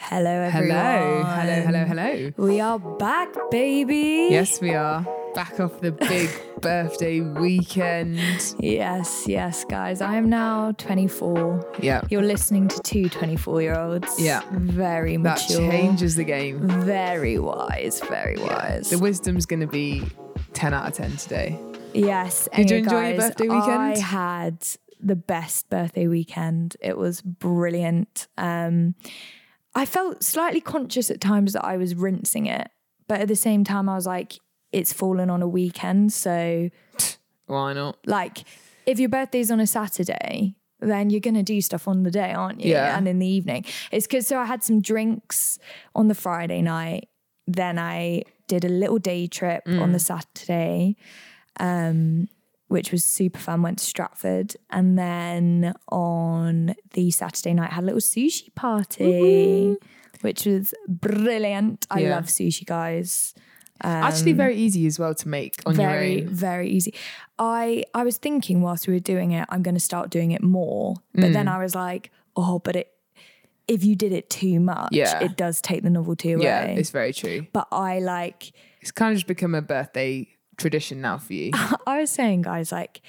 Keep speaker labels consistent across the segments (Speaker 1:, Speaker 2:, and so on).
Speaker 1: Hello, everyone.
Speaker 2: Hello, hello, hello, hello.
Speaker 1: We are back, baby.
Speaker 2: Yes, we are back off the big birthday weekend.
Speaker 1: Yes, yes, guys. I am now 24.
Speaker 2: Yeah,
Speaker 1: You're listening to two 24 year olds.
Speaker 2: Yeah.
Speaker 1: Very
Speaker 2: that
Speaker 1: mature.
Speaker 2: changes the game.
Speaker 1: Very wise, very wise.
Speaker 2: The wisdom's going to be 10 out of 10 today.
Speaker 1: Yes.
Speaker 2: Did you
Speaker 1: anyway,
Speaker 2: enjoy your
Speaker 1: guys,
Speaker 2: birthday weekend?
Speaker 1: I had the best birthday weekend. It was brilliant. Um, I felt slightly conscious at times that I was rinsing it, but at the same time, I was like, it's fallen on a weekend. So,
Speaker 2: Why not?
Speaker 1: like, if your birthday's on a Saturday, then you're going to do stuff on the day, aren't you?
Speaker 2: Yeah.
Speaker 1: And in the evening. It's because, so I had some drinks on the Friday night. Then I did a little day trip
Speaker 2: Mm.
Speaker 1: on the Saturday um, which was super fun, went to Stratford. And then on the Saturday night, had a little sushi party, which was brilliant. I
Speaker 2: Yeah.
Speaker 1: love sushi, guys.
Speaker 2: Actually, very easy as well to make on your
Speaker 1: Um, Very,
Speaker 2: own.
Speaker 1: very easy. I, I was thinking whilst we were doing it, I'm going to start doing it more. But
Speaker 2: Mm.
Speaker 1: then I was like, oh, but it, if you did it too much,
Speaker 2: Yeah.
Speaker 1: it does take the novelty away.
Speaker 2: Yeah, it's very true.
Speaker 1: but I like,
Speaker 2: It's kind of just become a birthday tradition now for you.
Speaker 1: I was saying, guys, like,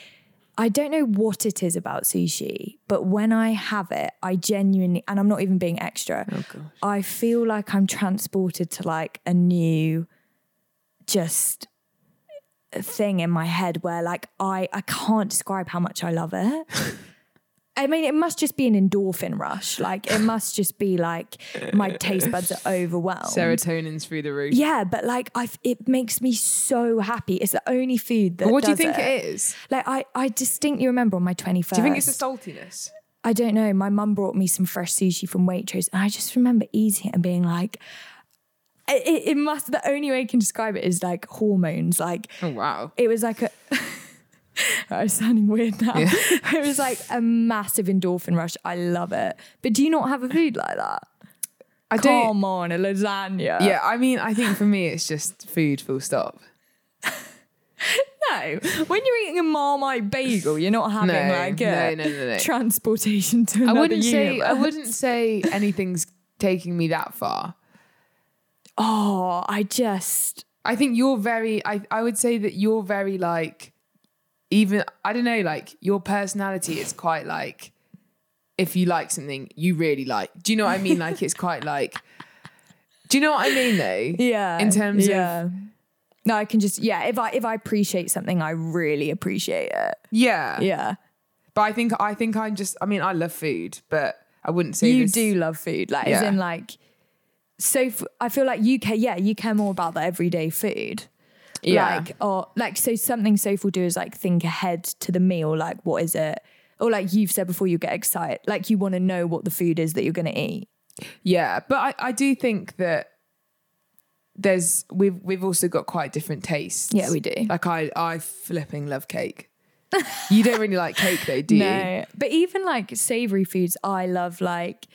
Speaker 1: I don't know what it is about sushi, but when I have it, I genuinely, and I'm not even being extra,
Speaker 2: Oh,
Speaker 1: I feel like I'm transported to like a new just thing in my head where like I, I can't describe how much I love it. I mean, it must just be an endorphin rush. Like, it must just be like my taste buds are overwhelmed.
Speaker 2: Serotonin's through the roof.
Speaker 1: yeah, but like, I it makes me so happy. It's the only food that.
Speaker 2: But what do you
Speaker 1: does
Speaker 2: think
Speaker 1: it
Speaker 2: it is?
Speaker 1: like I, I distinctly remember on my 21st.
Speaker 2: Do you think it's the saltiness?
Speaker 1: I don't know. My mum brought me some fresh sushi from Waitrose, and I just remember eating it and being like, it, it- it must. The only way I can describe it is like hormones. Like
Speaker 2: Oh, wow.
Speaker 1: it was like a. I'm sounding weird now. It was like a massive endorphin rush. I love it. But do you not have a food like that?
Speaker 2: I
Speaker 1: Come on, a lasagna.
Speaker 2: Yeah, I mean, I think for me, it's just food, full stop.
Speaker 1: No. When you're eating a Marmite bagel, you're not having
Speaker 2: No,
Speaker 1: like a
Speaker 2: no, no, no, no.
Speaker 1: transportation to another
Speaker 2: I wouldn't say I
Speaker 1: universe.
Speaker 2: wouldn't say anything's taking me that far.
Speaker 1: Oh, I just
Speaker 2: I think you're very I I would say that you're very like even I don't know like your personality is quite like if you like something you really like. Do you know what I mean? Like it's quite like Do you know what I mean though?
Speaker 1: yeah.
Speaker 2: In terms of
Speaker 1: yeah. no, I can just yeah. If I if I appreciate something, I really appreciate it.
Speaker 2: yeah.
Speaker 1: Yeah,
Speaker 2: But I think I think I'm just I mean I love food, but I wouldn't say
Speaker 1: you
Speaker 2: this-
Speaker 1: do love food, like as
Speaker 2: Yeah.
Speaker 1: in like. So f- I feel like you care. Yeah, you care more about the everyday food.
Speaker 2: Yeah.
Speaker 1: Like or like so something Soph will do is like think ahead to the meal. Like what is it? Or like you've said before, you get excited. Like you want to know what the food is that you're going to eat.
Speaker 2: Yeah, but I, I do think that there's we've we've also got quite different tastes.
Speaker 1: Yeah, we do.
Speaker 2: Like I I flipping love cake. you don't really like cake though, do you?
Speaker 1: No, but even like savory foods, I love like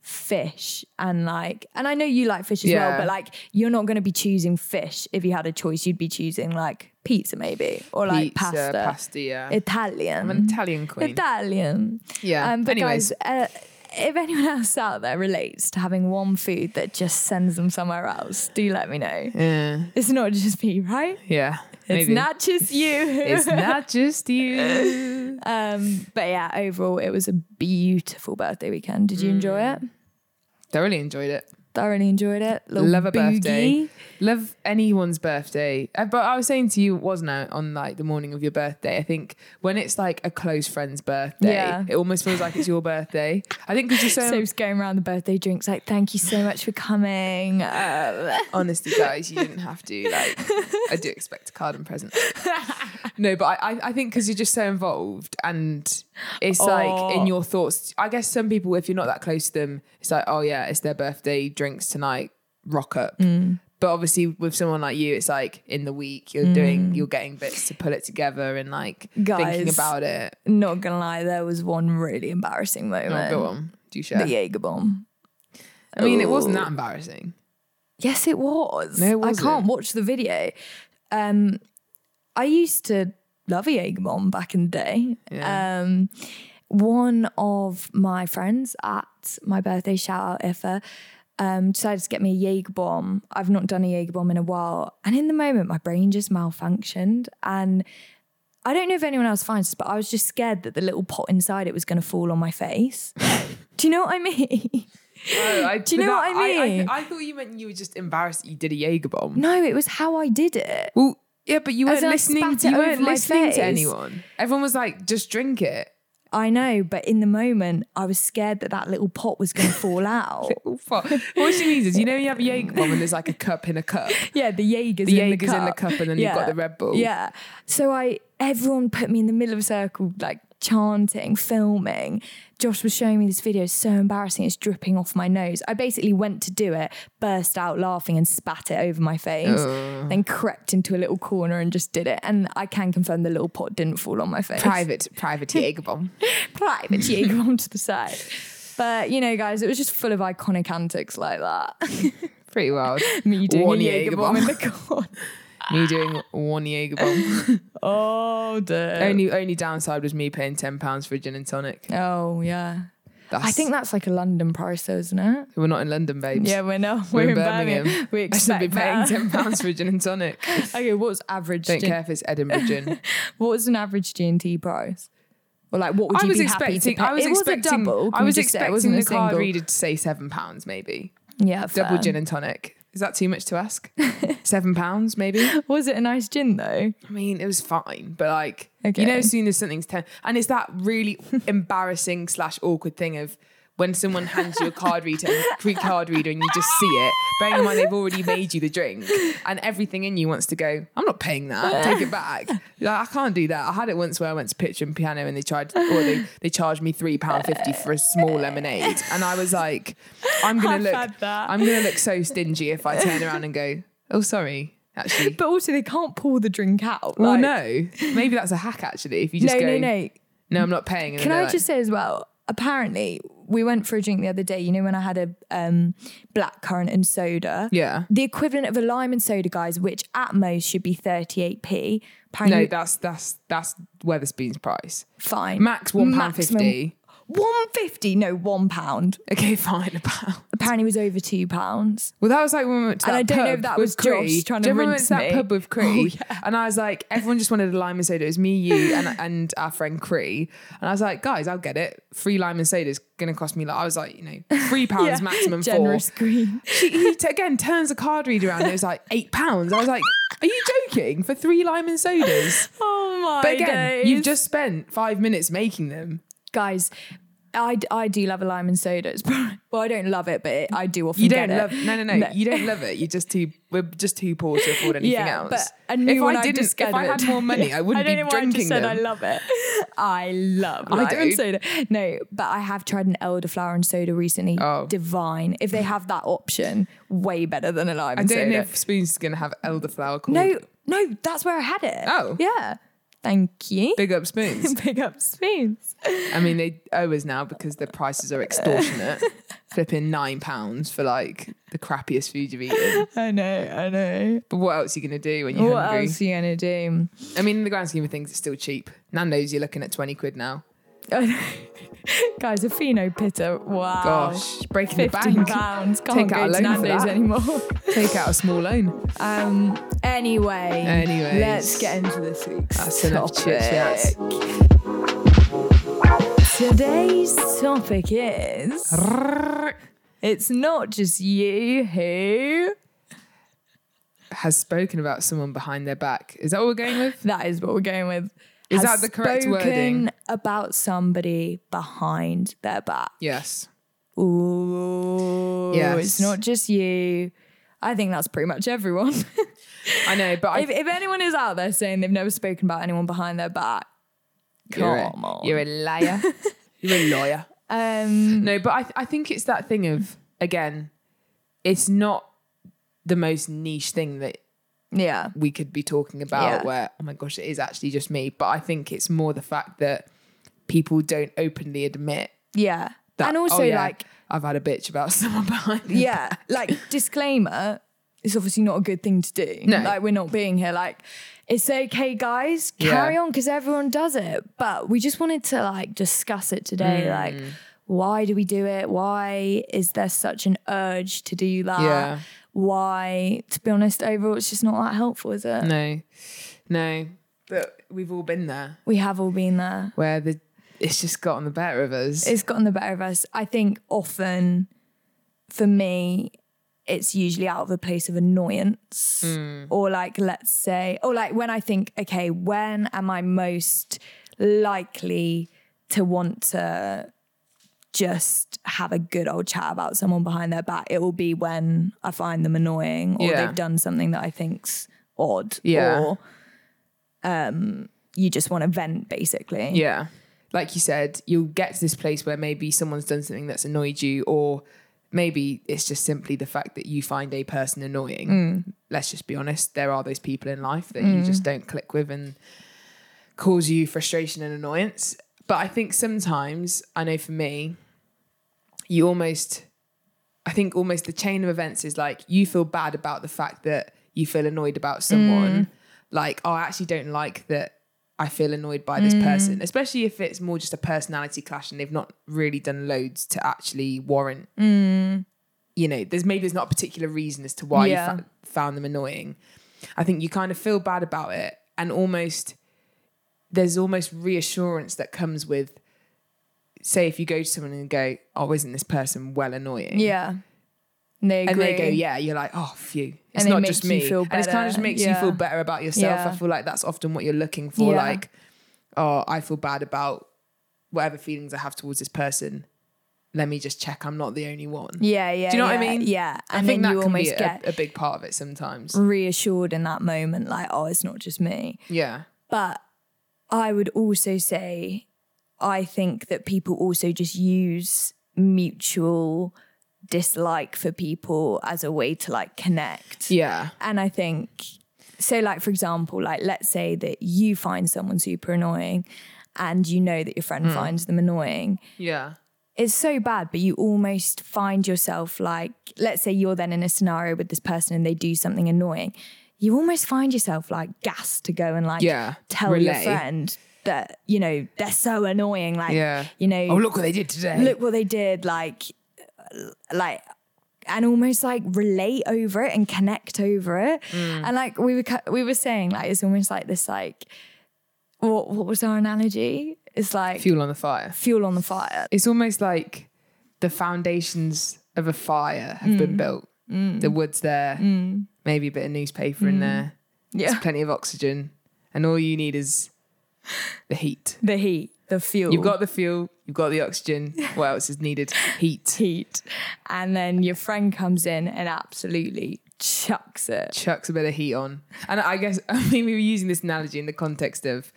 Speaker 1: fish and like, and I know you like fish as
Speaker 2: Yeah.
Speaker 1: well, but like you're not going to be choosing fish if you had a choice. You'd be choosing like pizza maybe or like
Speaker 2: Pizza,
Speaker 1: pasta,
Speaker 2: pasta, yeah.
Speaker 1: Italian,
Speaker 2: I'm an Italian queen.
Speaker 1: Italian.
Speaker 2: Yeah,
Speaker 1: Um, but
Speaker 2: anyways.
Speaker 1: guys, uh, if anyone else out there relates to having one food that just sends them somewhere else, do let me know.
Speaker 2: yeah,
Speaker 1: It's not just me, right?
Speaker 2: uh, yeah.
Speaker 1: It's not just you.
Speaker 2: It's not just you.
Speaker 1: Um, but yeah, overall, it was a beautiful birthday weekend. Did you enjoy
Speaker 2: Mm.
Speaker 1: it?
Speaker 2: Thoroughly enjoyed it.
Speaker 1: Thoroughly enjoyed it. Little
Speaker 2: Love a birthday.
Speaker 1: boogie.
Speaker 2: Love anyone's birthday. Uh, But I was saying to you, wasn't I, on like the morning of your birthday? I think when it's like a close friend's birthday,
Speaker 1: Yeah.
Speaker 2: it almost feels like it's your birthday. I think because you're so
Speaker 1: So it's going around the birthday drinks, like, thank you so much for coming. Um,
Speaker 2: Honestly, guys, you didn't have to. Like, I do expect a card and present. No, but I, I- I think because you're just so involved and it's like
Speaker 1: Oh.
Speaker 2: in your thoughts. I guess some people, if you're not that close to them, it's like, oh yeah, it's their birthday, drinks tonight, rock up.
Speaker 1: Hmm.
Speaker 2: But obviously, with someone like you, it's like in the week you're doing, you're getting bits to pull it together and like thinking
Speaker 1: Hmm. Guys.
Speaker 2: about it.
Speaker 1: not gonna lie, there was one really embarrassing
Speaker 2: Oh,
Speaker 1: moment.
Speaker 2: go on, do share.
Speaker 1: The Oh. Jaeger bomb.
Speaker 2: I mean, it wasn't that embarrassing.
Speaker 1: Yes, it was.
Speaker 2: No, it
Speaker 1: I
Speaker 2: wasn't.
Speaker 1: can't watch the video. Um, I used to love a Jagerbomb back in the day.
Speaker 2: Yeah.
Speaker 1: Um, one of my friends at my birthday, shout out Ifa, um, decided to get me a Jaeger bomb. I've not done a Jaeger bomb in a while. And in the moment, my brain just malfunctioned. And I don't know if anyone else finds this, but I was just scared that the little pot inside it was going to fall on my face. Do you know what I mean?
Speaker 2: Oh, I,
Speaker 1: Do you know
Speaker 2: without-
Speaker 1: what I
Speaker 2: I,
Speaker 1: mean?
Speaker 2: I thought you meant you were just embarrassed that you did a Jaeger bomb.
Speaker 1: No, it was how I did it.
Speaker 2: Well, yeah, but you
Speaker 1: As
Speaker 2: weren't
Speaker 1: in I
Speaker 2: listening.
Speaker 1: spat it
Speaker 2: You weren't
Speaker 1: over my
Speaker 2: listening
Speaker 1: face.
Speaker 2: to anyone. Everyone was like, "Just drink it."
Speaker 1: I know, but in the moment, I was scared that that little pot was going to fall out.
Speaker 2: Oh, fuck. All she means is, you know, you have a Jaeger bomb and there's like a cup in a cup.
Speaker 1: yeah, the Jaeger's,
Speaker 2: The
Speaker 1: in,
Speaker 2: Jaeger's
Speaker 1: the
Speaker 2: in the cup and then you've got the Red Bull.
Speaker 1: Yeah. So I, everyone put me in the middle of a circle, like chanting, filming. Josh was showing me this video. It's so embarrassing. It's dripping off my nose. I basically went to do it, burst out laughing and spat it over my face, then crept into a little corner and just did it. And I can confirm the little pot didn't fall on my face.
Speaker 2: Private, private Jaeger bomb.
Speaker 1: private Jaeger onto the side. But you know, guys, it was just full of iconic antics like that.
Speaker 2: Pretty wild.
Speaker 1: Me doing
Speaker 2: One
Speaker 1: a
Speaker 2: Jaeger
Speaker 1: Jaeger bomb
Speaker 2: bomb.
Speaker 1: in the corner.
Speaker 2: me doing one Jaeger bomb.
Speaker 1: Oh, dear.
Speaker 2: only, only downside was me paying ten pounds for a gin and tonic.
Speaker 1: oh, yeah.
Speaker 2: That's,
Speaker 1: I think that's like a London price, though, isn't it?
Speaker 2: we're not in London, babes.
Speaker 1: Yeah, we're not. We're,
Speaker 2: We're in
Speaker 1: in Birmingham.
Speaker 2: Birmingham.
Speaker 1: We
Speaker 2: I should
Speaker 1: expect
Speaker 2: be paying
Speaker 1: better.
Speaker 2: ten pounds for a gin and tonic.
Speaker 1: Okay, what's average?
Speaker 2: Don't
Speaker 1: gin-
Speaker 2: care if it's Edinburgh gin.
Speaker 1: What was an average G and T price? Or like, what would
Speaker 2: I
Speaker 1: you
Speaker 2: was
Speaker 1: be happy to
Speaker 2: expecting.
Speaker 1: pay?
Speaker 2: I was
Speaker 1: it
Speaker 2: expecting.
Speaker 1: was a double.
Speaker 2: I
Speaker 1: can we
Speaker 2: was
Speaker 1: just say? It
Speaker 2: expecting
Speaker 1: wasn't
Speaker 2: the
Speaker 1: a
Speaker 2: card
Speaker 1: single.
Speaker 2: reader to say seven pounds, maybe
Speaker 1: Yeah,
Speaker 2: double
Speaker 1: fair.
Speaker 2: gin and tonic. Is that too much to ask? seven pounds, maybe.
Speaker 1: Was it a nice gin though?
Speaker 2: I mean, it was fine, but like
Speaker 1: Okay.
Speaker 2: you know, as soon as something's ten, and it's that really embarrassing slash awkward thing of when someone hands you a card reader, free card reader, and you just see it. Bearing in mind they've already made you the drink, and everything in you wants to go. I'm not paying that. Take it back. You're like, I can't do that. I had it once where I went to pitch and piano, and they tried, or they they charged me three pound fifty for a small lemonade, and I was like, I'm gonna
Speaker 1: I've
Speaker 2: look,
Speaker 1: had that.
Speaker 2: I'm gonna look so stingy if I turn around and go, oh sorry, actually.
Speaker 1: But also, they can't pull the drink out. like-
Speaker 2: Well, no. Maybe that's a hack, actually. If you just
Speaker 1: no,
Speaker 2: go,
Speaker 1: no, no.
Speaker 2: "No, I'm not paying. and
Speaker 1: Can
Speaker 2: then
Speaker 1: I
Speaker 2: they're
Speaker 1: just say as well? Apparently, we went for a drink the other day. You know when I had a um, black currant and soda.
Speaker 2: Yeah.
Speaker 1: The equivalent of a lime and soda, guys, which at most should be 38p.
Speaker 2: like,
Speaker 1: Apparently,
Speaker 2: no, that's that's that's Weatherspoon's price.
Speaker 1: fine.
Speaker 2: Max one pound
Speaker 1: Maximum-
Speaker 2: fifty.
Speaker 1: One fifty? No, one pound.
Speaker 2: Okay, fine. A pound.
Speaker 1: Apparently, it was over two pounds.
Speaker 2: Well, that was like when we went to
Speaker 1: And
Speaker 2: that
Speaker 1: I don't know
Speaker 2: pub
Speaker 1: if that
Speaker 2: with
Speaker 1: was Josh
Speaker 2: Cree.
Speaker 1: trying
Speaker 2: Do you
Speaker 1: to
Speaker 2: remember
Speaker 1: rinse
Speaker 2: when we
Speaker 1: me?
Speaker 2: went to
Speaker 1: Oh,
Speaker 2: that pub with Cree, and I was like, everyone just wanted a lime and soda. It was me, you, and and our friend Cree. And I was like, guys, I'll get it. Free lime and soda is gonna cost me. Like, I was like, you know, three pounds maximum. for.
Speaker 1: Generous green.
Speaker 2: she, he t- again turns the card reader around and it was like eight pounds. I was like, are you joking? For three lime and sodas?
Speaker 1: Oh my
Speaker 2: But again, you've just spent five minutes making them.
Speaker 1: guys. I, I do love a lime and soda. It's probably, well, I don't love it, but it, I do often
Speaker 2: You
Speaker 1: get
Speaker 2: don't
Speaker 1: it.
Speaker 2: love no, no no you don't love it. You're just too we're just too poor to afford anything
Speaker 1: Yeah,
Speaker 2: else.
Speaker 1: but I knew
Speaker 2: if
Speaker 1: when
Speaker 2: I
Speaker 1: I
Speaker 2: didn't if I had
Speaker 1: discovered-
Speaker 2: more money, I
Speaker 1: I
Speaker 2: wouldn't
Speaker 1: don't
Speaker 2: be
Speaker 1: know why I
Speaker 2: drinking
Speaker 1: just said I
Speaker 2: them.
Speaker 1: love it. I love lime
Speaker 2: don't.
Speaker 1: and soda. No, but I have tried an elderflower and soda recently.
Speaker 2: Oh.
Speaker 1: Divine. If they have that option, way better than a lime
Speaker 2: I
Speaker 1: and
Speaker 2: don't
Speaker 1: soda.
Speaker 2: know if Spoons is gonna have elderflower called
Speaker 1: no, no, that's where I had it.
Speaker 2: Oh.
Speaker 1: yeah. Thank you.
Speaker 2: Big up spoons.
Speaker 1: Pick up spoons.
Speaker 2: I mean, they owe us now because the prices are extortionate. Flipping nine pounds for like the crappiest food you've eaten.
Speaker 1: I know, I know.
Speaker 2: But what else are you gonna do when you're
Speaker 1: what
Speaker 2: hungry?
Speaker 1: else are you gonna do?
Speaker 2: I mean, in the grand scheme of things, it's still cheap. Nando's, you're looking at 20 quid now.
Speaker 1: I know. Guys, a Fino Pitta. Wow.
Speaker 2: Gosh, breaking the
Speaker 1: Fifteen
Speaker 2: bank.
Speaker 1: pounds. Can't
Speaker 2: Take out
Speaker 1: go
Speaker 2: a
Speaker 1: to
Speaker 2: loan for
Speaker 1: Nando's
Speaker 2: that.
Speaker 1: anymore.
Speaker 2: Take out a small loan.
Speaker 1: Um. Anyway.
Speaker 2: Anyways.
Speaker 1: Let's get into this week's
Speaker 2: That's enough chit chats.
Speaker 1: topic. Today's topic is. It's not just you who.
Speaker 2: Has spoken about someone behind their back. Is that what we're going with?
Speaker 1: That is what we're going with.
Speaker 2: Is
Speaker 1: Has
Speaker 2: that the correct
Speaker 1: spoken
Speaker 2: wording?
Speaker 1: About somebody behind their back.
Speaker 2: Yes.
Speaker 1: Ooh,
Speaker 2: Yes.
Speaker 1: it's not just you. I think that's pretty much everyone.
Speaker 2: I know, but I,
Speaker 1: if, if anyone is out there saying they've never spoken about anyone behind their back, come
Speaker 2: you're, a,
Speaker 1: on.
Speaker 2: you're a liar. you're a lawyer.
Speaker 1: um,
Speaker 2: No, but I, I think it's that thing of, again, it's not the most niche thing that
Speaker 1: yeah,
Speaker 2: we could be talking about
Speaker 1: Yeah.
Speaker 2: where oh my gosh it is actually just me but i think it's more the fact that people don't openly admit
Speaker 1: yeah,
Speaker 2: that
Speaker 1: and also
Speaker 2: "Oh, yeah,
Speaker 1: like
Speaker 2: i've had a bitch about someone behind me
Speaker 1: yeah, like disclaimer. It's obviously not a good thing to do.
Speaker 2: No.
Speaker 1: Like we're not being here. Like it's okay, guys. Carry
Speaker 2: Yeah. Mm.
Speaker 1: on because everyone does it. But we just wanted to like discuss it today. Like why do we do it? Why is there such an urge to do that?
Speaker 2: Yeah.
Speaker 1: Why, to be honest, overall, it's just not that helpful, is it?
Speaker 2: No, no. But we've all been there
Speaker 1: We have all been there.
Speaker 2: where the it's just gotten the better of us.
Speaker 1: It's gotten the better of us. I think often for me, it's usually out of a place of annoyance.
Speaker 2: Mm.
Speaker 1: Or like, let's say, or like when I think, okay, when am I most likely to want to just have a good old chat about someone behind their back? It will be when I find them annoying or
Speaker 2: Yeah.
Speaker 1: they've done something that I think's odd.
Speaker 2: Yeah.
Speaker 1: Or um you just want to vent basically.
Speaker 2: Yeah. Like you said, you'll get to this place where maybe someone's done something that's annoyed you, or maybe it's just simply the fact that you find a person annoying. Let's just be honest, there are those people in life that you just don't click with and cause you frustration and annoyance. But I think sometimes, I know for me, you almost, I think almost the chain of events is like you feel bad about the fact that you feel annoyed about someone. Like, oh, I actually don't like that I feel annoyed by this person, especially if it's more just a personality clash and they've not really done loads to actually warrant. You know, there's maybe there's not a particular reason as to why
Speaker 1: Yeah.
Speaker 2: you fa- found them annoying. I think you kind of feel bad about it, and almost there's almost reassurance that comes with, say, if you go to someone and go, "Oh, isn't this person well annoying?"
Speaker 1: Yeah. And they
Speaker 2: and
Speaker 1: agree.
Speaker 2: they go, "Yeah," you're like, "Oh, phew." It's
Speaker 1: And it
Speaker 2: not
Speaker 1: makes
Speaker 2: just
Speaker 1: you
Speaker 2: me,
Speaker 1: feel
Speaker 2: and it kind
Speaker 1: better.
Speaker 2: of just makes you
Speaker 1: Yeah.
Speaker 2: feel better about yourself.
Speaker 1: Yeah.
Speaker 2: I feel like that's often what you're looking for.
Speaker 1: Yeah.
Speaker 2: Like, oh, I feel bad about whatever feelings I have towards this person. Let me just check I'm not the only one.
Speaker 1: Yeah, yeah.
Speaker 2: Do you know what I
Speaker 1: yeah,
Speaker 2: mean?
Speaker 1: Yeah.
Speaker 2: I
Speaker 1: and
Speaker 2: think
Speaker 1: then
Speaker 2: that
Speaker 1: you
Speaker 2: can be
Speaker 1: almost
Speaker 2: a,
Speaker 1: get
Speaker 2: a big part of it sometimes.
Speaker 1: reassured in that moment, like, oh, it's not just me.
Speaker 2: Yeah.
Speaker 1: But I would also say, I think that people also just use mutual dislike for people as a way to like connect.
Speaker 2: Yeah.
Speaker 1: And I think, so like, for example, like, let's say that you find someone super annoying and you know that your friend
Speaker 2: Hmm.
Speaker 1: finds them annoying.
Speaker 2: Yeah.
Speaker 1: it's so bad, but you almost find yourself like, let's say you're then in a scenario with this person and they do something annoying. You almost find yourself like gassed to go and like
Speaker 2: Yeah,
Speaker 1: tell your
Speaker 2: relay.
Speaker 1: friend that, you know, they're so annoying. Like,
Speaker 2: Yeah.
Speaker 1: you know,
Speaker 2: Oh, look what they did today.
Speaker 1: look what they did. Like, like, and almost like relate over it and connect over it.
Speaker 2: Mm.
Speaker 1: And like we were, cu- we were saying like, it's almost like this, like, what, what was our analogy? It's like
Speaker 2: Fuel on the fire.
Speaker 1: fuel on the fire.
Speaker 2: it's almost like the foundations of a fire have
Speaker 1: Mm.
Speaker 2: been built. The wood's there, maybe a bit of newspaper
Speaker 1: Mm.
Speaker 2: in there.
Speaker 1: Yeah.
Speaker 2: There's plenty of oxygen, and all you need is the heat.
Speaker 1: the heat, the fuel.
Speaker 2: You've got the fuel, you've got the oxygen. What else is needed? Heat.
Speaker 1: heat, and then your friend comes in and absolutely chucks it.
Speaker 2: Chucks a bit of heat on. And I guess, I mean, we were using this analogy in the context of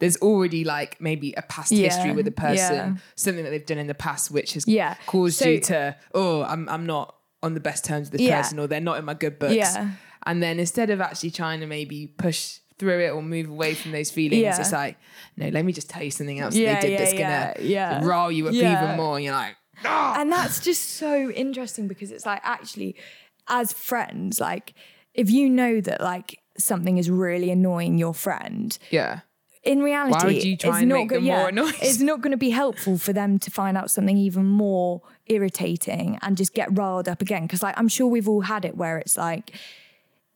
Speaker 2: there's already like maybe a past
Speaker 1: Yeah,
Speaker 2: history with a person,
Speaker 1: yeah.
Speaker 2: something that they've done in the past which has
Speaker 1: Yeah,
Speaker 2: caused
Speaker 1: so-
Speaker 2: you to, oh, I'm, I'm not on the best terms with this
Speaker 1: Yeah.
Speaker 2: person or they're not in my good books.
Speaker 1: Yeah.
Speaker 2: And then instead of actually trying to maybe push through it or move away from those feelings,
Speaker 1: Yeah.
Speaker 2: it's like, no, let me just tell you something else
Speaker 1: Yeah,
Speaker 2: that they did
Speaker 1: yeah,
Speaker 2: that's
Speaker 1: yeah, yeah.
Speaker 2: gonna rile you up
Speaker 1: Yeah.
Speaker 2: even more. And you're like,
Speaker 1: And that's just so interesting because it's like actually, as friends, like if you know that like something is really annoying your friend,
Speaker 2: yeah.
Speaker 1: in reality,
Speaker 2: you try
Speaker 1: it's
Speaker 2: and
Speaker 1: not
Speaker 2: make
Speaker 1: gonna-
Speaker 2: them more
Speaker 1: yeah,
Speaker 2: annoyed?
Speaker 1: It's not going to be helpful for them to find out something even more irritating and just get riled up again. Because like I'm sure we've all had it where it's like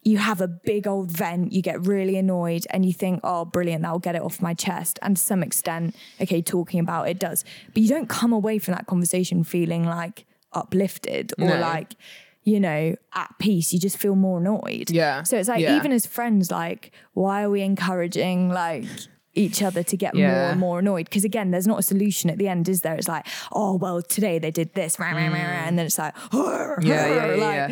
Speaker 1: you have a big old vent, you get really annoyed, and you think, "Oh, brilliant, that'll get it off my chest." And to some extent, okay, talking about it does, but you don't come away from that conversation feeling like uplifted or
Speaker 2: No.
Speaker 1: like you know at peace. You just feel more annoyed.
Speaker 2: Yeah.
Speaker 1: So it's like
Speaker 2: Yeah.
Speaker 1: even as friends, like why are we encouraging like each other to get more
Speaker 2: Yeah.
Speaker 1: and more annoyed? Because again, there's not a solution at the end, is there? It's like, oh well, today they did this, rah, rah, rah, rah, and then it's like,
Speaker 2: Mm. Yeah, yeah,
Speaker 1: like,
Speaker 2: yeah.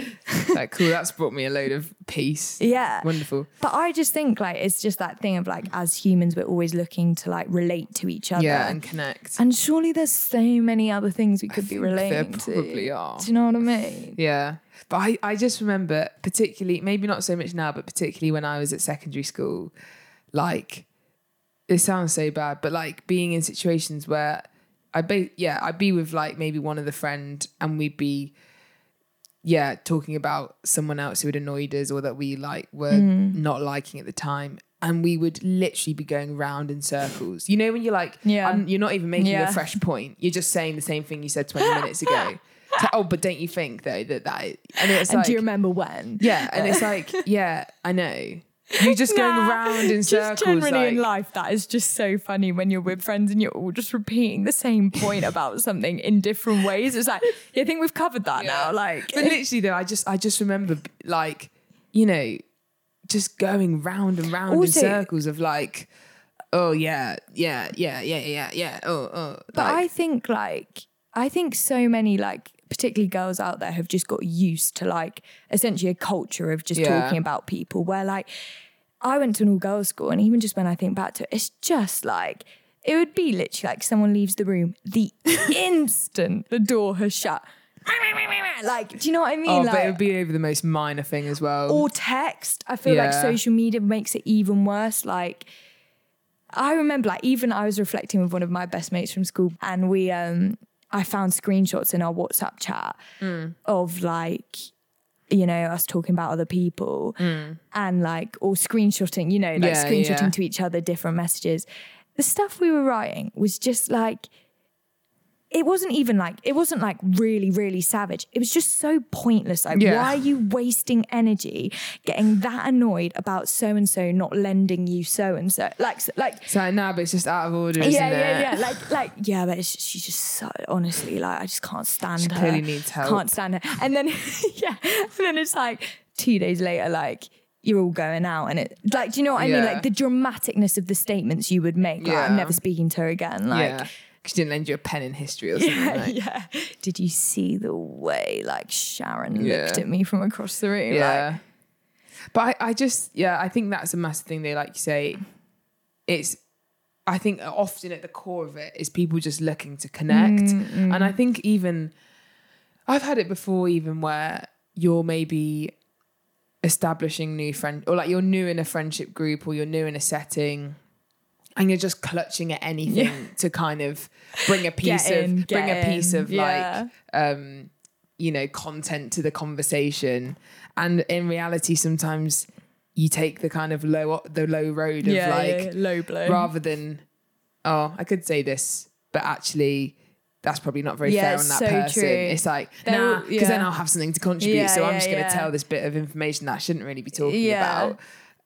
Speaker 2: yeah. like, cool, that's brought me a load of peace.
Speaker 1: Yeah.
Speaker 2: Wonderful.
Speaker 1: But I just think like it's just that thing of like as humans, we're always looking to like relate to each other.
Speaker 2: Yeah, and connect.
Speaker 1: And surely there's so many other things we could be
Speaker 2: there
Speaker 1: relating to.
Speaker 2: probably are.
Speaker 1: Do you know what I mean?
Speaker 2: Yeah. But I, I just remember, particularly, maybe not so much now, but particularly when I was at secondary school, like, it sounds so bad, but like being in situations where I be, yeah, I'd be with like maybe one of the friend and we'd be, Mm. yeah, talking about someone else who had annoyed us or that we like were not liking at the time. and we would literally be going round in circles. You know when you're like,
Speaker 1: Yeah.
Speaker 2: um, you're not even making
Speaker 1: Yeah.
Speaker 2: a fresh point. You're just saying the same thing you said 20 minutes ago. It's like, oh, but don't you think though that that? is-" And it's
Speaker 1: And
Speaker 2: like,
Speaker 1: do you remember when?
Speaker 2: yeah, and it's like, yeah, I know. You're just going
Speaker 1: Nah,
Speaker 2: round in circles.
Speaker 1: Just generally in
Speaker 2: like-
Speaker 1: life, that is just so funny when you're with friends and you're all just repeating the same point about something in different ways. It's like, yeah, I think we've covered that now. Like,
Speaker 2: But literally though, I just I just remember like, you know, just going round and round in
Speaker 1: Also-
Speaker 2: circles of like, oh yeah, yeah, yeah, yeah, yeah, yeah. Oh, oh.
Speaker 1: but I think like I think so many like particularly girls out there have just got used to like essentially a culture of just
Speaker 2: Yeah.
Speaker 1: talking about people where like I went to an all girls school and even just when I think back to it, it's just like it would be literally like someone leaves the room the instant the door has shut. Like, do you know what I mean?
Speaker 2: Oh,
Speaker 1: like,
Speaker 2: but it would be over the most minor thing as well.
Speaker 1: or text. I feel like
Speaker 2: Um, Yeah.
Speaker 1: social media makes it even worse. Like I remember like even I was reflecting with one of my best mates from school and we um I found screenshots in our WhatsApp chat
Speaker 2: Mm.
Speaker 1: of like you know us talking about other people and like or screenshotting, you know, like
Speaker 2: Mm. Yeah,
Speaker 1: screenshotting
Speaker 2: yeah.
Speaker 1: to each other different messages. The stuff we were writing was just like it wasn't even like it wasn't like really really savage it was just so pointless like
Speaker 2: Yeah.
Speaker 1: why are you wasting energy getting that annoyed about so and so not lending you so and so like s- like
Speaker 2: it's like, nah, but it's just out of order, isn't
Speaker 1: yeah
Speaker 2: it?
Speaker 1: yeah yeah like like yeah but it's, she's just so honestly like i just can't stand her
Speaker 2: clearly needs help.
Speaker 1: can't stand her and then yeah and then it's like two days later like you're all going out and it like do you know what i mean
Speaker 2: Yeah.
Speaker 1: like the dramaticness of the statements you would make like i'm
Speaker 2: Yeah.
Speaker 1: never speaking to her again like
Speaker 2: Yeah. 'Cause She didn't lend you a pen in history or something.
Speaker 1: yeah,
Speaker 2: like.
Speaker 1: yeah. Did you see the way like Sharon
Speaker 2: Yeah.
Speaker 1: looked at me from across the room?
Speaker 2: Yeah. but I, I just, yeah, I think that's a massive thing. They like you say, it's, I think often at the core of it is people just looking to connect.
Speaker 1: Mm,
Speaker 2: And I think even, I've had it before, even where you're maybe establishing new friend or like you're new in a friendship group or you're new in a setting and you're just clutching at anything to kind of bring a piece of
Speaker 1: in,
Speaker 2: bring
Speaker 1: get
Speaker 2: a piece
Speaker 1: in,
Speaker 2: of
Speaker 1: yeah.
Speaker 2: like um you know content to the conversation and in reality sometimes you take the kind of low op- the low road of like
Speaker 1: low blow.
Speaker 2: rather than oh i could say this but actually that's probably not very
Speaker 1: Yeah,
Speaker 2: fair
Speaker 1: it's
Speaker 2: on that
Speaker 1: so
Speaker 2: person
Speaker 1: true.
Speaker 2: it's like
Speaker 1: They're
Speaker 2: nah
Speaker 1: all-
Speaker 2: because then
Speaker 1: yeah.
Speaker 2: i'll have something to contribute
Speaker 1: Yeah,
Speaker 2: so i'm
Speaker 1: yeah,
Speaker 2: just going to
Speaker 1: yeah.
Speaker 2: tell this bit of information that i shouldn't really be talking
Speaker 1: Yeah.
Speaker 2: about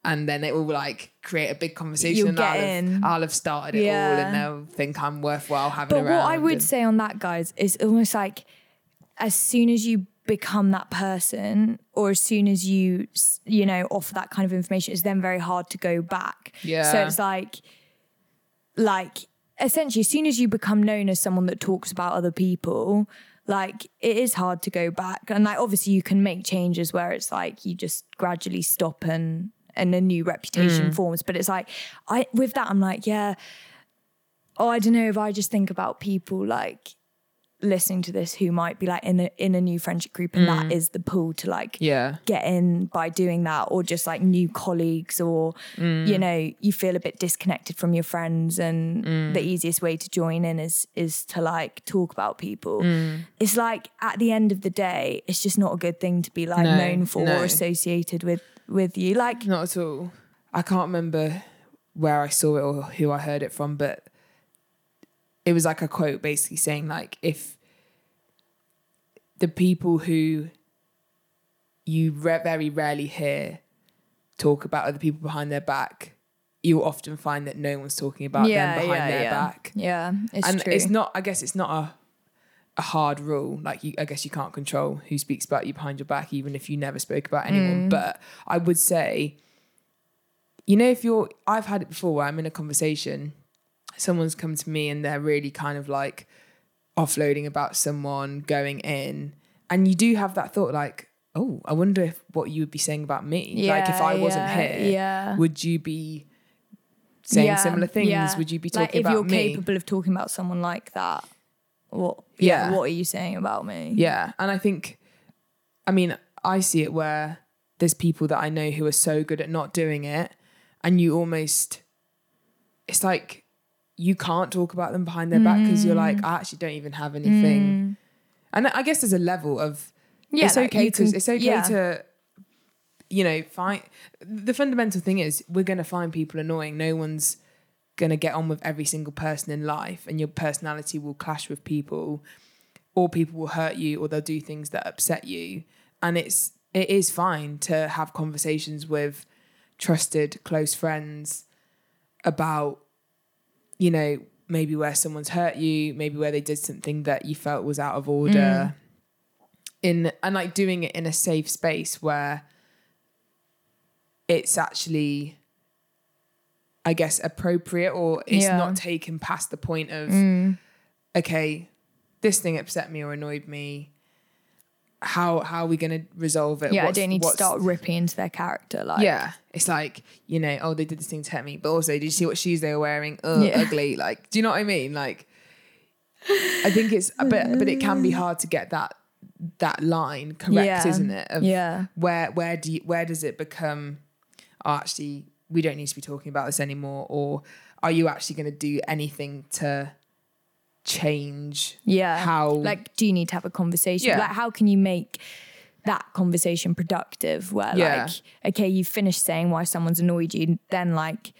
Speaker 2: and then it will like create a big conversation
Speaker 1: You'll
Speaker 2: and
Speaker 1: get
Speaker 2: I'll,
Speaker 1: in.
Speaker 2: have, I'll have started it all
Speaker 1: Yeah.
Speaker 2: and they'll think i'm worthwhile having
Speaker 1: But what
Speaker 2: around
Speaker 1: I would
Speaker 2: and-
Speaker 1: say on that, guys, is almost like as soon as you become that person, or as soon as you, s- you know, offer that kind of information, it's then very hard to go back. So
Speaker 2: Yeah.
Speaker 1: it's like, like essentially, as soon as you become known as someone that talks about other people, like it is hard to go back. And like obviously, you can make changes where it's like you just gradually stop and and a new reputation
Speaker 2: Mm.
Speaker 1: forms. But it's like I with that, I'm like, yeah oh, I don't know if I just think about people like listening to this who might be like in a in a new friendship group and that is the pull to like
Speaker 2: Mm. yeah
Speaker 1: get in by doing that or just like new colleagues or
Speaker 2: Mm.
Speaker 1: you know you feel a bit disconnected from your friends and
Speaker 2: Mm.
Speaker 1: the easiest way to join in is is to like talk about people
Speaker 2: Mm.
Speaker 1: it's like at the end of the day it's just not a good thing to be like
Speaker 2: No,
Speaker 1: known for
Speaker 2: no.
Speaker 1: or associated with with you like
Speaker 2: Not at all. I can't remember where I saw it or who I heard it from, but it was like a quote basically saying like if the people who you re- very rarely hear talk about other people behind their back, you'll often find that no one's talking about them behind their
Speaker 1: yeah.
Speaker 2: back.
Speaker 1: yeah it's
Speaker 2: and
Speaker 1: true
Speaker 2: it's not. I guess it's not a a hard rule. Like you, I guess you can't control who speaks about you behind your back, even if you never spoke about
Speaker 1: Mm.
Speaker 2: anyone. But I would say, you know, if you're, I've had it before where I'm in a conversation, someone's come to me and they're really kind of like offloading about someone going in, and you do have that thought like. Oh, I wonder if what you would be saying about me, like if
Speaker 1: Yeah,
Speaker 2: I wasn't
Speaker 1: yeah,
Speaker 2: here,
Speaker 1: yeah.
Speaker 2: would you be saying
Speaker 1: Yeah,
Speaker 2: similar things?
Speaker 1: yeah.
Speaker 2: Would you be
Speaker 1: Like,
Speaker 2: talking about
Speaker 1: if you're
Speaker 2: me?
Speaker 1: capable of talking about someone like that? What? Yeah.
Speaker 2: Yeah.
Speaker 1: What are you saying about me?
Speaker 2: Yeah. And I think, I mean, I see it where there's people that I know who are so good at not doing it. And you almost, it's like you can't talk about them behind their back because you're like, I actually don't even have anything. And I guess there's a level of,
Speaker 1: Yeah,
Speaker 2: it's
Speaker 1: like,
Speaker 2: okay
Speaker 1: you
Speaker 2: to,
Speaker 1: can-
Speaker 2: it's okay
Speaker 1: yeah.
Speaker 2: to, you know, find the fundamental thing is we're going to find people annoying. No one's going to get on with every single person in life, and your personality will clash with people, or people will hurt you, or they'll do things that upset you. And it's it is fine to have conversations with trusted close friends about, you know, maybe where someone's hurt you, maybe where they did something that you felt was out of order.
Speaker 1: Mm.
Speaker 2: In and like doing it in a safe space where it's actually I guess appropriate or it's
Speaker 1: Yeah. Mm.
Speaker 2: not taken past the point of okay, this thing upset me or annoyed me. How how are we gonna resolve it?
Speaker 1: Yeah,
Speaker 2: What's-
Speaker 1: I don't need to
Speaker 2: what's-
Speaker 1: start ripping into their character. Like,
Speaker 2: yeah, it's like you know, oh, they did this thing to hurt me, but also, did you see what shoes they were wearing? Ugh,
Speaker 1: Yeah.
Speaker 2: ugly. Like, do you know what I mean? Like, I think it's, but but it can be hard to get that that line correct,
Speaker 1: Yeah.
Speaker 2: isn't it? Of
Speaker 1: Yeah.
Speaker 2: Where where do you, where does it become? Oh, actually, we don't need to be talking about this anymore. Or are you actually going to do anything to change?
Speaker 1: yeah.
Speaker 2: How?
Speaker 1: Like, do you need to have a conversation?
Speaker 2: Yeah.
Speaker 1: Like, how can you make that conversation productive? Where
Speaker 2: Yeah.
Speaker 1: like, okay, you finish saying why someone's annoyed you, then like.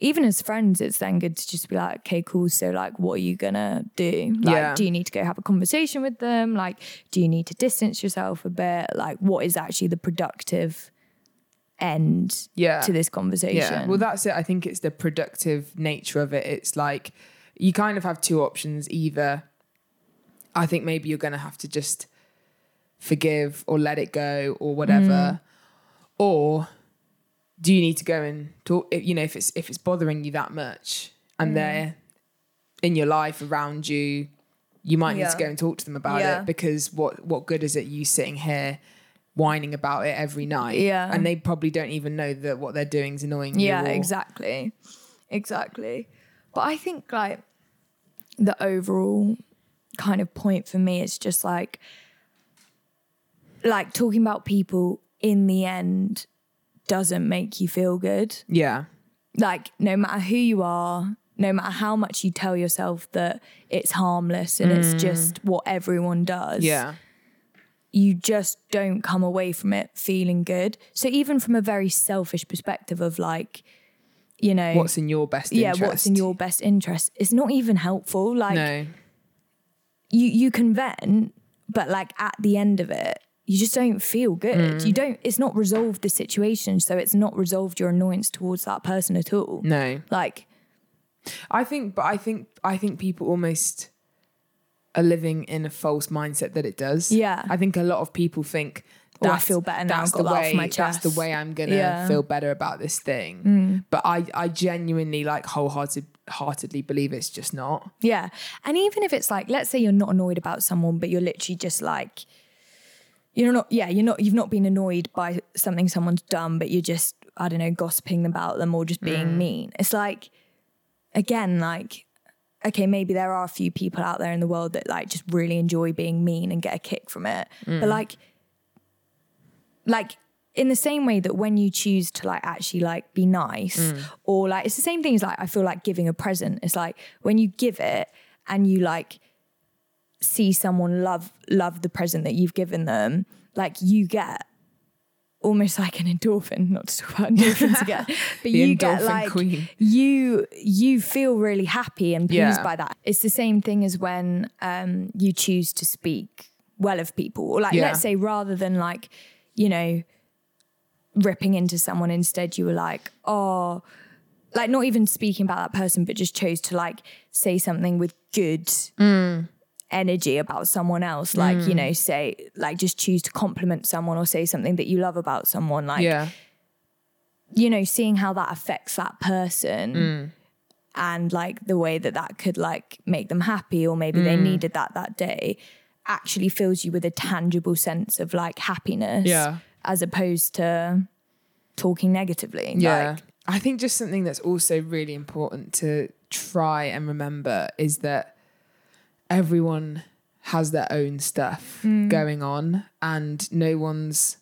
Speaker 1: Even as friends, it's then good to just be like, okay, cool. So, like, what are you gonna do? Like,
Speaker 2: Yeah.
Speaker 1: do you need to go have a conversation with them? Like, do you need to distance yourself a bit? Like, what is actually the productive end
Speaker 2: yeah.
Speaker 1: to this conversation?
Speaker 2: Yeah. Well, that's it. I think it's the productive nature of it. It's like you kind of have two options. Either I think maybe you're going to have to just forgive or let it go or
Speaker 1: Mm.
Speaker 2: whatever, or do you need to go and talk? If, you know, if it's if it's bothering you that much
Speaker 1: Mm.
Speaker 2: and they're in your life around you, you might need to
Speaker 1: Yeah.
Speaker 2: go and talk to them about
Speaker 1: Yeah.
Speaker 2: it because what what good is it you sitting here whining about it every night?
Speaker 1: Yeah.
Speaker 2: and they probably don't even know that what they're doing is annoying
Speaker 1: Yeah,
Speaker 2: you or-
Speaker 1: exactly. Exactly. But I think like the overall kind of point for me is just like like talking about people in the end doesn't make you feel good.
Speaker 2: Yeah.
Speaker 1: Like no matter who you are, no matter how much you tell yourself that it's harmless and it's just what everyone does.
Speaker 2: Yeah.
Speaker 1: you just don't come away from it feeling good. So even from a very selfish perspective of like, you know,
Speaker 2: What's in your best
Speaker 1: yeah,
Speaker 2: interest?
Speaker 1: what's in your best interest, it's not even helpful. Like
Speaker 2: No.
Speaker 1: you you can vent, but like at the end of it, you just don't feel good.
Speaker 2: Mm.
Speaker 1: You don't. It's not resolved the situation, so it's not resolved your annoyance towards that person at all.
Speaker 2: No.
Speaker 1: Like
Speaker 2: I think but I think I think people almost are living in a false mindset that it does.
Speaker 1: Yeah.
Speaker 2: I think a lot of people think
Speaker 1: Oh, I
Speaker 2: that's-
Speaker 1: feel better now,
Speaker 2: That's
Speaker 1: I've got
Speaker 2: the
Speaker 1: that off
Speaker 2: way.
Speaker 1: my
Speaker 2: That's the
Speaker 1: chest.
Speaker 2: way I'm gonna
Speaker 1: Yeah. Mm.
Speaker 2: feel better about this thing. But I, I genuinely like wholehearted heartedly believe it's just not.
Speaker 1: Yeah. And even if it's like, let's say you're not annoyed about someone, but you're literally just like, you're not, yeah, you're not, you've not been annoyed by something someone's done, but you're just, I don't know, gossiping about them or just
Speaker 2: Mm.
Speaker 1: being mean. It's like, again, like, okay, maybe there are a few people out there in the world that like just really enjoy being mean and get a kick from it.
Speaker 2: Mm.
Speaker 1: But like, like in the same way that when you choose to like actually like be nice
Speaker 2: Mm.
Speaker 1: or like it's the same thing as like I feel like giving a present. It's like when you give it and you like see someone love love the present that you've given them, like you get almost like an endorphin, not to talk about endorphins again. But
Speaker 2: The
Speaker 1: you get
Speaker 2: endorphin
Speaker 1: like
Speaker 2: queen.
Speaker 1: you you feel really happy and pleased
Speaker 2: Yeah.
Speaker 1: by that. It's the same thing as when um you choose to speak well of people. Or like
Speaker 2: Yeah.
Speaker 1: let's say rather than like, you know, ripping into someone instead you were like oh like not even speaking about that person but just chose to like say something with good
Speaker 2: Mm.
Speaker 1: energy about someone else like you know say like just choose to compliment someone or say something that you love about someone like
Speaker 2: yeah.
Speaker 1: you know seeing how that affects that person
Speaker 2: Mm.
Speaker 1: and like the way that that could like make them happy or maybe
Speaker 2: Mm.
Speaker 1: they needed that that day actually fills you with a tangible sense of like happiness
Speaker 2: Yeah.
Speaker 1: as opposed to talking negatively
Speaker 2: Yeah.
Speaker 1: like,
Speaker 2: I think just something that's also really important to try and remember is that everyone has their own stuff going on and no one's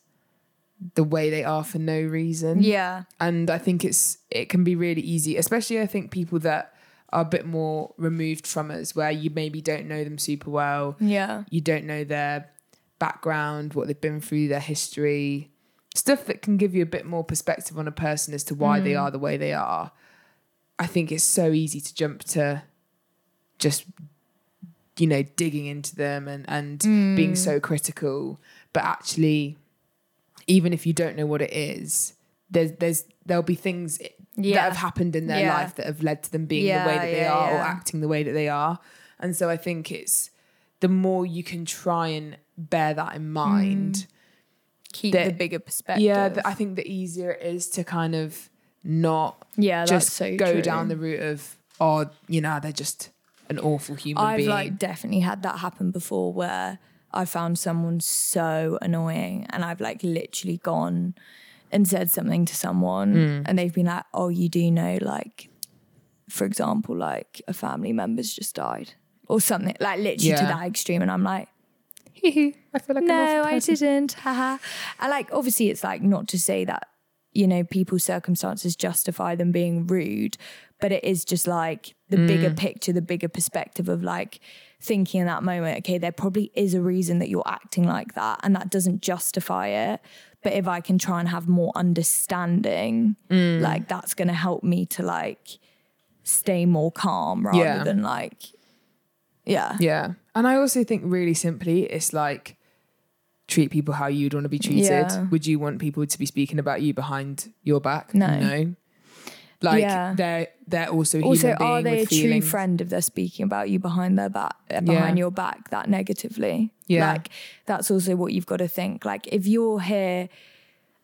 Speaker 2: the way they are for no reason.
Speaker 1: yeah
Speaker 2: And I think it's it can be really easy, especially I think people that are a bit more removed from us where you maybe don't know them super well
Speaker 1: yeah
Speaker 2: you don't know their background, what they've been through, their history, stuff that can give you a bit more perspective on a person as to why
Speaker 1: Mm.
Speaker 2: they are the way they are, I think it's so easy to jump to just you know digging into them and and being
Speaker 1: Mm.
Speaker 2: so critical but actually even if you don't know what it is there's there's there'll be things that
Speaker 1: Yeah.
Speaker 2: have happened in their
Speaker 1: Yeah.
Speaker 2: life that have led to them being the
Speaker 1: Yeah,
Speaker 2: way that they
Speaker 1: yeah,
Speaker 2: are or
Speaker 1: yeah.
Speaker 2: acting the way that they are and so i think it's the more you can try and bear that
Speaker 1: Mm,
Speaker 2: in mind
Speaker 1: Keep
Speaker 2: That-
Speaker 1: the bigger perspective.
Speaker 2: yeah th- i think the easier it is to kind of not
Speaker 1: yeah, Oh,
Speaker 2: just
Speaker 1: that's so
Speaker 2: go
Speaker 1: true.
Speaker 2: down the route of oh you know they're just an awful human
Speaker 1: I've
Speaker 2: being
Speaker 1: like definitely had that happen before where I found someone so annoying and I've like literally gone and said something to someone
Speaker 2: Hmm.
Speaker 1: and they've been like, Oh, you do know like for example, like a family member's just died or something. Like literally to
Speaker 2: Yeah.
Speaker 1: that extreme and I'm like
Speaker 2: i feel like
Speaker 1: no, I didn't. Haha. I like obviously it's like not to say that you know people's circumstances justify them being rude, but it is just like the bigger
Speaker 2: Mm.
Speaker 1: picture, the bigger perspective of like thinking in that moment, okay, there probably is a reason that you're acting like that and that doesn't justify it. But if I can try and have more understanding,
Speaker 2: Mm.
Speaker 1: like that's going to help me to like stay more calm rather
Speaker 2: Yeah.
Speaker 1: than like yeah.
Speaker 2: Yeah. And I also think really simply it's like treat people how you'd want to be treated.
Speaker 1: Yeah.
Speaker 2: Would you want people to be speaking about you behind your back?
Speaker 1: No.
Speaker 2: Like
Speaker 1: Yeah.
Speaker 2: they're they're also human
Speaker 1: also
Speaker 2: being
Speaker 1: are they a
Speaker 2: with feelings.
Speaker 1: true friend if they're speaking about you behind their back uh, behind your back that negatively
Speaker 2: Yeah.
Speaker 1: like that's also what you've got to think like if you're here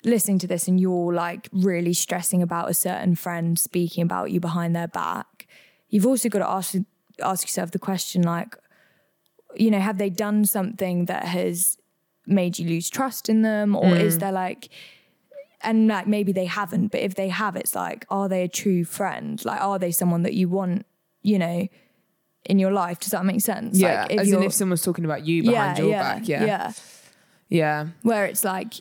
Speaker 1: listening to this and you're like really stressing about a certain friend speaking about you behind their back you've also got to ask ask yourself the question like you know have they done something that has made you lose trust in them or
Speaker 2: Mm.
Speaker 1: is there like and like maybe they haven't but if they have it's like are they a true friend like are they someone that you want you know in your life does that make sense
Speaker 2: Yeah.
Speaker 1: like if
Speaker 2: As in
Speaker 1: you're
Speaker 2: if someone's talking about you behind your back. Yeah. Yeah.
Speaker 1: yeah where it's like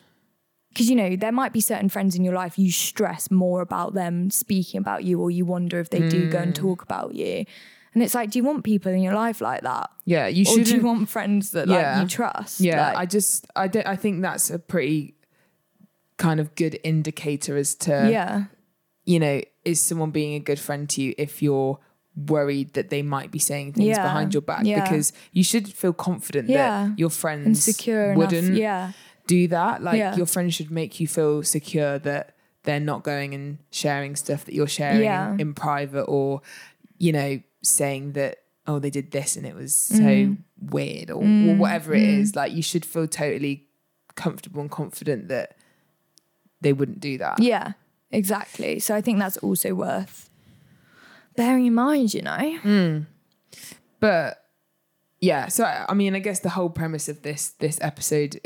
Speaker 1: because you know there might be certain friends in your life you stress more about them speaking about you or you wonder if they do go
Speaker 2: Mm.
Speaker 1: and talk about you and it's like do you want people in your life like that
Speaker 2: Yeah. You
Speaker 1: or
Speaker 2: shouldn't
Speaker 1: do you want friends that like
Speaker 2: Yeah.
Speaker 1: you trust
Speaker 2: Yeah,
Speaker 1: Like,
Speaker 2: I just I don't I think that's a pretty kind of good indicator as to
Speaker 1: yeah
Speaker 2: you know, is someone being a good friend to you if you're worried that they might be saying things
Speaker 1: Yeah.
Speaker 2: behind your back?
Speaker 1: Yeah.
Speaker 2: Because you should feel confident
Speaker 1: Yeah.
Speaker 2: that your friends
Speaker 1: and secure enough
Speaker 2: wouldn't
Speaker 1: yeah
Speaker 2: do that. Like
Speaker 1: Yeah.
Speaker 2: your friends should make you feel secure that they're not going and sharing stuff that you're sharing
Speaker 1: Yeah.
Speaker 2: in, in private or, you know, saying that, oh, they did this and it was so
Speaker 1: Mm-hmm.
Speaker 2: weird or, or whatever it is. Like you should feel totally comfortable and confident that they wouldn't do that.
Speaker 1: Yeah, exactly. So I think that's also worth bearing in mind, you know?
Speaker 2: but yeah so I, I mean i guess the whole premise of this this episode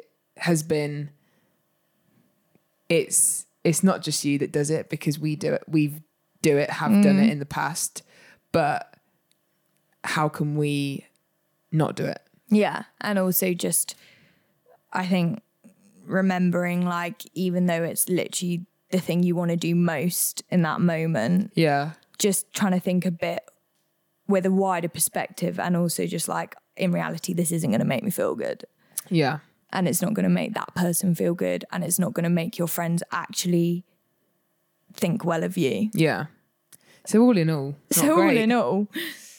Speaker 2: has been it's it's not just you that does it because we do it we've do it have done
Speaker 1: Mm.
Speaker 2: it in the past but how can we not do it
Speaker 1: Yeah. And also just, I think, remembering like, even though it's literally the thing you want to do most in that moment,
Speaker 2: yeah
Speaker 1: just trying to think a bit with a wider perspective and also just like, in reality, this isn't going to make me feel good.
Speaker 2: yeah
Speaker 1: and it's not going to make that person feel good and it's not going to make your friends actually think well of you.
Speaker 2: yeah so all in all not
Speaker 1: so
Speaker 2: great.
Speaker 1: all in all,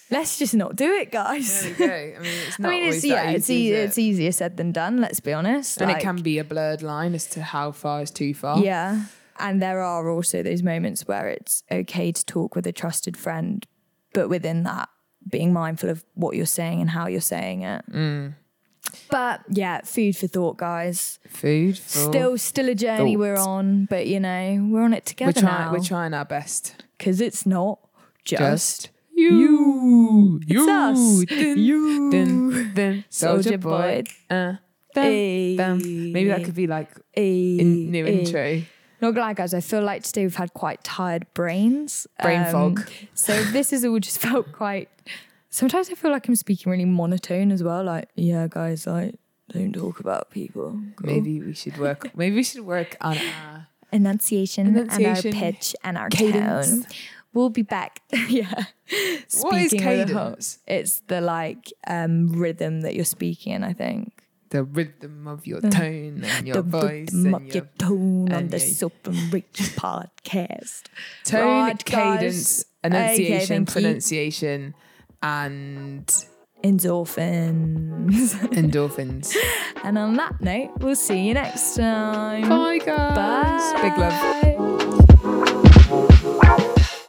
Speaker 1: let's just not do it, guys.
Speaker 2: there we go. I mean, it's not
Speaker 1: I mean, it's
Speaker 2: always
Speaker 1: yeah,
Speaker 2: that
Speaker 1: it's
Speaker 2: easy,
Speaker 1: easy,
Speaker 2: is
Speaker 1: it's
Speaker 2: it?
Speaker 1: easier said than done. Let's be honest,
Speaker 2: and it
Speaker 1: Like,
Speaker 2: can be a blurred line as to how far is too far.
Speaker 1: yeah. And there are also those moments where it's okay to talk with a trusted friend, but within that, being mindful of what you're saying and how you're saying it.
Speaker 2: Mm.
Speaker 1: But yeah, food for thought, guys.
Speaker 2: Food. for-
Speaker 1: Still, still a journey
Speaker 2: thought.
Speaker 1: we're on, but you know we're on it
Speaker 2: we're
Speaker 1: together
Speaker 2: trying.
Speaker 1: now.
Speaker 2: We're trying our best.
Speaker 1: because it's not just,
Speaker 2: just you.
Speaker 1: It's us.
Speaker 2: Dun,
Speaker 1: you.
Speaker 2: Dun, dun,
Speaker 1: Soldier
Speaker 2: Soulja boy. Uh, dun, dun. Maybe that could be like
Speaker 1: a
Speaker 2: in new
Speaker 1: E.
Speaker 2: intro.
Speaker 1: Not gonna lie, guys. I feel like today we've had quite tired brains. Um,
Speaker 2: Brain fog.
Speaker 1: So this has all just felt quite. Sometimes I feel like I'm speaking really monotone as well. Like, yeah, guys, like don't talk about people. Cool.
Speaker 2: Maybe we should work. Maybe we should work on our
Speaker 1: enunciation,
Speaker 2: Enunciation.
Speaker 1: and our pitch and our
Speaker 2: Cadence.
Speaker 1: tone. We'll be back. yeah.
Speaker 2: What
Speaker 1: Speaking
Speaker 2: is
Speaker 1: with a
Speaker 2: cadence?
Speaker 1: ho- It's the like um, rhythm that you're speaking in, I think.
Speaker 2: the rhythm of your tone and your
Speaker 1: Uh, the
Speaker 2: voice
Speaker 1: rhythm
Speaker 2: and
Speaker 1: of
Speaker 2: your
Speaker 1: your tone on
Speaker 2: and
Speaker 1: the
Speaker 2: your-
Speaker 1: Super Rich podcast.
Speaker 2: tone,
Speaker 1: Right, guys.
Speaker 2: cadence,
Speaker 1: Okay,
Speaker 2: enunciation,
Speaker 1: thank you.
Speaker 2: pronunciation, and
Speaker 1: Endorphins.
Speaker 2: endorphins.
Speaker 1: and on that note, we'll see you next time.
Speaker 2: Bye, guys. Big love.
Speaker 1: Bye.